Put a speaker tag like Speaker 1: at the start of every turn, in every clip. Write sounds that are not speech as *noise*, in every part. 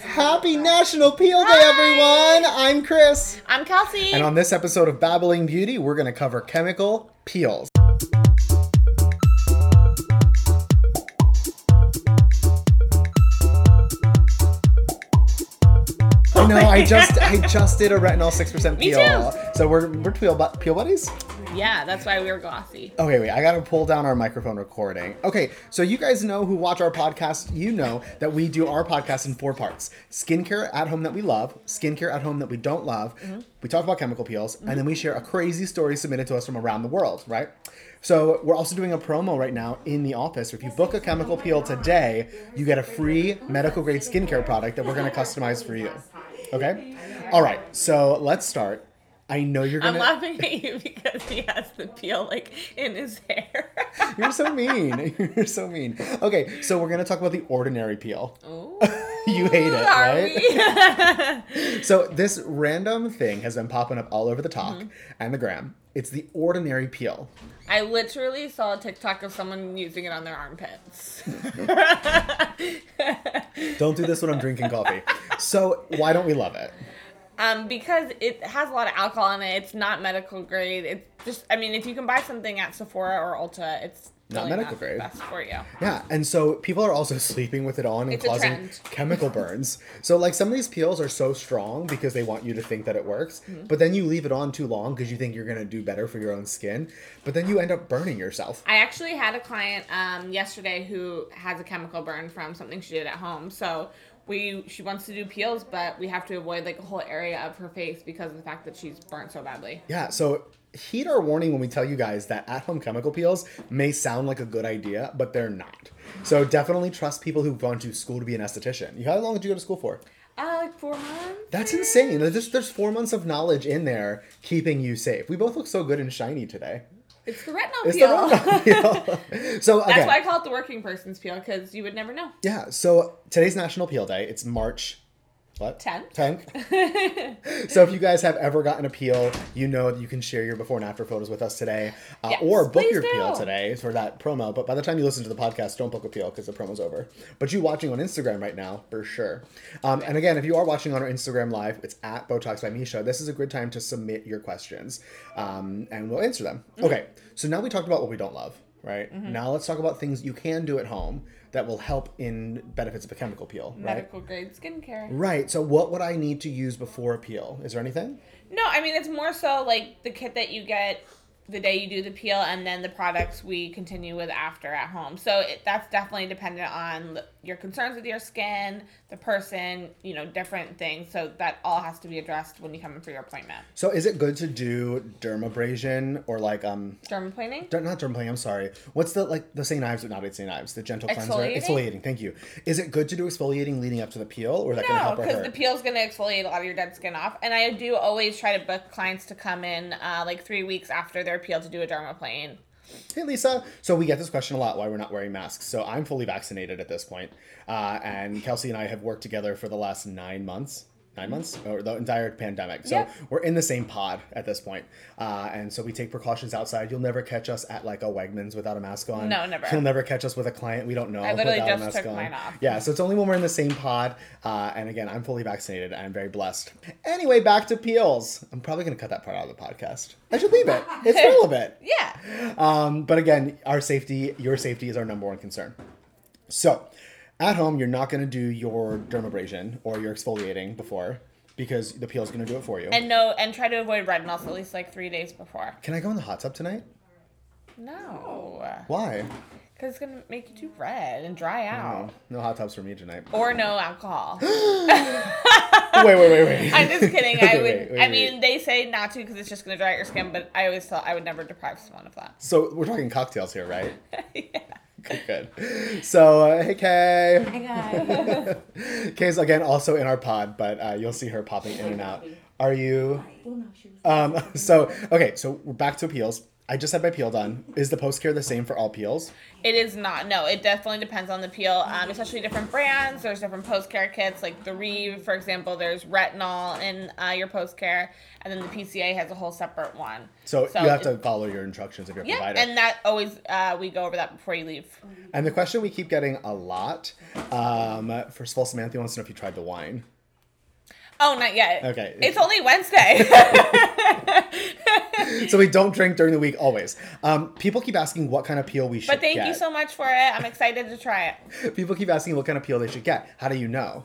Speaker 1: Happy National Peel Day, everyone! I'm Chris.
Speaker 2: I'm Kelsey.
Speaker 1: And on this episode of Babbling Beauty, we're going to cover chemical peels. I know,
Speaker 2: *laughs*
Speaker 1: I just I just did a retinol 6%
Speaker 2: Oh Me
Speaker 1: peel.
Speaker 2: too.
Speaker 1: So we're, we're peel, bu- peel buddies?
Speaker 2: yeah, that's why we were glossy.
Speaker 1: Okay, wait, I gotta pull down our microphone recording. Okay, so you guys know who watch our podcast, you know that we do our podcast in four parts skincare at home that we love, skincare at home that we don't love.
Speaker 2: Mm-hmm.
Speaker 1: We talk about chemical peels, and then we share a crazy story submitted to us from around the world, right? So we're also doing a promo right now in the office. If you book a chemical peel today, you get a free medical grade skincare product that we're gonna customize for you. Okay? All right, so let's start. I know you're
Speaker 2: I'm
Speaker 1: gonna.
Speaker 2: laughing at you *laughs* because he has the peel like in his
Speaker 1: *laughs*
Speaker 2: hair.
Speaker 1: You're so mean. *laughs* You're so mean. Okay, so we're gonna talk about the ordinary peel. *laughs*
Speaker 2: Ooh,
Speaker 1: You hate it,
Speaker 2: are
Speaker 1: right? So this random thing has been popping up all over the talk and the gram. It's the ordinary peel.
Speaker 2: we? *laughs* I literally saw a TikTok of someone using it on their armpits.
Speaker 1: Don't do this when I'm drinking
Speaker 2: *laughs*
Speaker 1: coffee. So why don't we love it?
Speaker 2: Um, because it has a lot of alcohol in it. It's not medical grade. It's just, I mean, if you can buy something at Sephora or Ulta, it's
Speaker 1: Not
Speaker 2: really
Speaker 1: medical grade.
Speaker 2: Best for you.
Speaker 1: Yeah, and so people are also *laughs* sleeping with it on and
Speaker 2: It's a
Speaker 1: causing
Speaker 2: trend. *laughs*
Speaker 1: chemical burns. So like some of these peels are so strong because they want you to think that it works,
Speaker 2: Mm-hmm.
Speaker 1: but then you leave it on too long because you think you're gonna do better for your own skin, but then you end up burning yourself.
Speaker 2: I actually had a client um, yesterday who has a chemical burn from something she did at home. So we she wants to do peels, but we have to avoid like a whole area of her face because of the fact that she's burnt so badly.
Speaker 1: Yeah, so heed our warning when we tell you guys that at home chemical peels may sound like a good idea, but they're not. So definitely trust people who've gone to school to be an esthetician. You- How long did you go to school for?
Speaker 2: Uh, like four months.
Speaker 1: That's insane. There's, just, there's four months of knowledge in there keeping you safe. We both look so good and shiny today.
Speaker 2: It's the retinal
Speaker 1: It's
Speaker 2: peel.
Speaker 1: the wrong *laughs* peel. so again,
Speaker 2: *laughs* That's why I call it the working person's peel because you would never know.
Speaker 1: yeah. So today's National Peel Day. It's March. What?
Speaker 2: Tenth. *laughs*
Speaker 1: Tenth. so if you guys have ever gotten a peel, you know that you can share your before and after photos with us today, uh,
Speaker 2: Yes,
Speaker 1: or book
Speaker 2: please
Speaker 1: your peel
Speaker 2: do.
Speaker 1: today for that promo. But by the time you listen to the podcast, don't book a peel because the promo's over. But you watching on Instagram right now for sure. Um, and again, if you are watching on our Instagram live, it's at Botox by Misha. This is a good time to submit your questions, um, and we'll answer them. Okay, so now we talked about what we don't love. Right now, let's talk about things you can do at home that will help in benefits of a chemical peel. Right.
Speaker 2: Medical grade skincare.
Speaker 1: Right. So, what would I need to use before a peel? Is there anything?
Speaker 2: No, I mean it's more so like the kit that you get the day you do the peel, and then the products we continue with after at home. So it, that's definitely dependent on l- your concerns with your skin, the person, you know, different things. So that all has to be addressed when you come in for your appointment.
Speaker 1: So, is it good to do dermabrasion or like um,
Speaker 2: Dermaplaning.
Speaker 1: der- not dermaplaning? I'm sorry. What's the like the St. Ives, but not St. Ives? The gentle
Speaker 2: Exfoliating?
Speaker 1: cleanser, exfoliating. Thank you. Is it good to do exfoliating leading up to the peel, or is that going to
Speaker 2: No,
Speaker 1: help or
Speaker 2: because
Speaker 1: hurt?
Speaker 2: the peel's gonna exfoliate a lot of your dead skin off, and I do always try to book clients to come in uh, like three weeks after their peel to do a dermaplane.
Speaker 1: hey, Lisa. So we get this question a lot: why we're not wearing masks. So I'm fully vaccinated at this point, uh, and Kelsey and I have worked together for the last nine months. Nine months
Speaker 2: Mm-hmm.
Speaker 1: or the entire pandemic. So
Speaker 2: Yeah.
Speaker 1: we're in the same pod at this point. Uh, and so we take precautions outside. You'll never catch us at like a Wegmans without a mask on.
Speaker 2: No, never.
Speaker 1: You'll never catch us with a client we don't know.
Speaker 2: I literally
Speaker 1: without a
Speaker 2: just
Speaker 1: mask
Speaker 2: took
Speaker 1: on.
Speaker 2: mine off.
Speaker 1: Yeah, so it's only when we're in the same pod. Uh, and again, I'm fully vaccinated. I'm very blessed. Anyway, back to peels. I'm probably going to cut that part out of the podcast. I should leave it.
Speaker 2: *laughs*
Speaker 1: It's relevant.
Speaker 2: Yeah.
Speaker 1: Um, but again, our safety, your safety is our number one concern. So, at home, you're not going to do your dermabrasion or your exfoliating before because the peel is going to do it for you.
Speaker 2: And no, and try to avoid retinols at least like three days before.
Speaker 1: Can I go in the hot tub tonight?
Speaker 2: No.
Speaker 1: Why?
Speaker 2: Because it's gonna make you too red and dry out.
Speaker 1: Oh, no hot tubs for me tonight. *laughs*
Speaker 2: Or no alcohol.
Speaker 1: wait, wait, wait, wait.
Speaker 2: I'm just kidding. I
Speaker 1: *laughs* Okay,
Speaker 2: would.
Speaker 1: wait, wait,
Speaker 2: I
Speaker 1: wait.
Speaker 2: mean, they say not to because it's just gonna dry out your skin. But I always thought I would never deprive someone of that. *laughs*
Speaker 1: So we're talking cocktails here, right? *laughs*
Speaker 2: yeah.
Speaker 1: Okay, good. So uh, hey, Kay. Kay's again also in our pod, but uh, you'll see her *laughs* popping in and out. Are you? Um, so okay, so we're back to appeals. I just had my peel done. Is the post care the same for all peels?
Speaker 2: It is not. No, it definitely depends on the peel, um, especially different brands. There's different post care kits, like the Reeve, for example. There's retinol in uh, your post care, and then the PCA has a whole separate one.
Speaker 1: So, you have
Speaker 2: it-
Speaker 1: to follow your instructions if you're a
Speaker 2: Yeah,
Speaker 1: provider.
Speaker 2: and that always uh, we go over that before you leave.
Speaker 1: And the question we keep getting a lot, um, first of all, Samantha wants to know if you tried the wine.
Speaker 2: Oh, not yet.
Speaker 1: Okay.
Speaker 2: It's only Wednesday. *laughs*
Speaker 1: So we don't drink during the week always. Um, people keep asking what kind of peel we should
Speaker 2: but thank you
Speaker 1: get.
Speaker 2: so much for it. I'm excited to try it.
Speaker 1: People keep asking what kind of peel they should get. How do you know?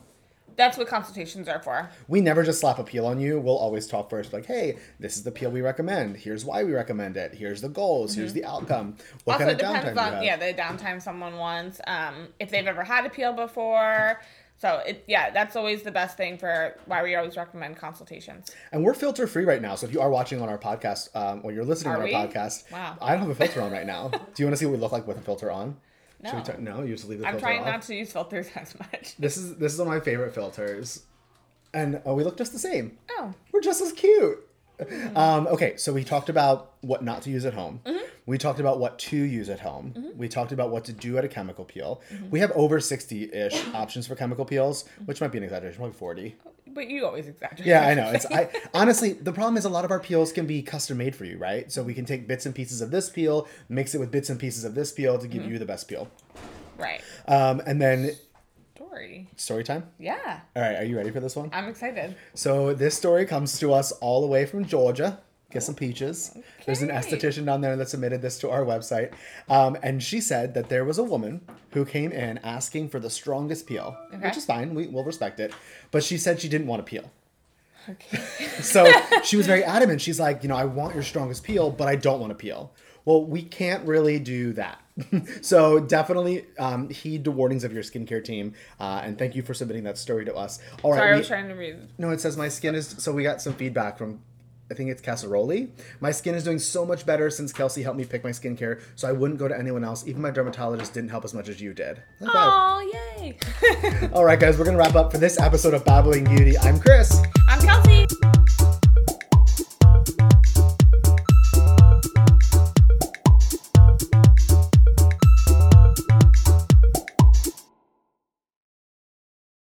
Speaker 2: That's what consultations are for.
Speaker 1: We never just slap a peel on you. We'll always talk first, like, hey, this is the peel we recommend. Here's why we recommend it. Here's the goals. Here's the outcome. What
Speaker 2: Mm-hmm. also,
Speaker 1: kind of
Speaker 2: it depends
Speaker 1: downtime you
Speaker 2: on
Speaker 1: have?
Speaker 2: yeah the downtime someone wants, um, if they've ever had a peel before. So it yeah, that's always the best thing for why we always recommend consultations.
Speaker 1: And we're filter free right now. So if you are watching on our podcast um, or you're listening
Speaker 2: Are
Speaker 1: on our
Speaker 2: we?
Speaker 1: podcast,
Speaker 2: Wow.
Speaker 1: I don't have a filter on right now. do you want to see what we look like with a filter on? Should we
Speaker 2: No.
Speaker 1: turn- no, you just leave the
Speaker 2: I'm
Speaker 1: filter
Speaker 2: trying
Speaker 1: off.
Speaker 2: not to use filters *laughs* as much.
Speaker 1: This is this is one of my favorite filters, and oh, we look just the same.
Speaker 2: Oh,
Speaker 1: We're just as cute.
Speaker 2: Mm-hmm.
Speaker 1: Um, okay, so we talked about what not to use at home. We talked about what to use at home.
Speaker 2: Mm-hmm.
Speaker 1: We talked about what to do at a chemical peel. We have over sixty-ish options for chemical peels, which might be an exaggeration, probably forty.
Speaker 2: but you always exaggerate.
Speaker 1: Yeah, I know.
Speaker 2: *laughs*
Speaker 1: It's I *laughs* honestly the problem is a lot of our peels can be custom made for you, right? So we can take bits and pieces of this peel, mix it with bits and pieces of this peel to give
Speaker 2: Mm-hmm.
Speaker 1: you the best peel.
Speaker 2: Right.
Speaker 1: Um, and then
Speaker 2: Story.
Speaker 1: story time.
Speaker 2: Yeah,
Speaker 1: All right, are you ready for this one?
Speaker 2: I'm excited.
Speaker 1: So this story comes to us all the way from Georgia. Get some peaches. There's an
Speaker 2: Okay.
Speaker 1: esthetician down there that submitted this to our website, um, and she said that there was a woman who came in asking for the strongest peel, which
Speaker 2: Okay.
Speaker 1: is fine. We will respect it, but she said she didn't want a peel.
Speaker 2: Okay. *laughs*
Speaker 1: So she was very adamant. She's like, you know, I want your strongest peel, but I don't want to peel. Well, we can't really do that. *laughs* so definitely um, heed the warnings of your skincare team, uh, and thank you for submitting that story to us. All right,
Speaker 2: Sorry, I
Speaker 1: we-
Speaker 2: was trying to read.
Speaker 1: no, it says my skin is. So we got some feedback from, I think it's Casseroli. My skin is doing so much better since Kelsey helped me pick my skincare, so I wouldn't go to anyone else. Even my dermatologist didn't help as much as you did. High five.
Speaker 2: Oh, yay! *laughs*
Speaker 1: All right, guys, we're gonna wrap up for this episode of Babbling Beauty. I'm Chris.
Speaker 2: I'm Kelsey.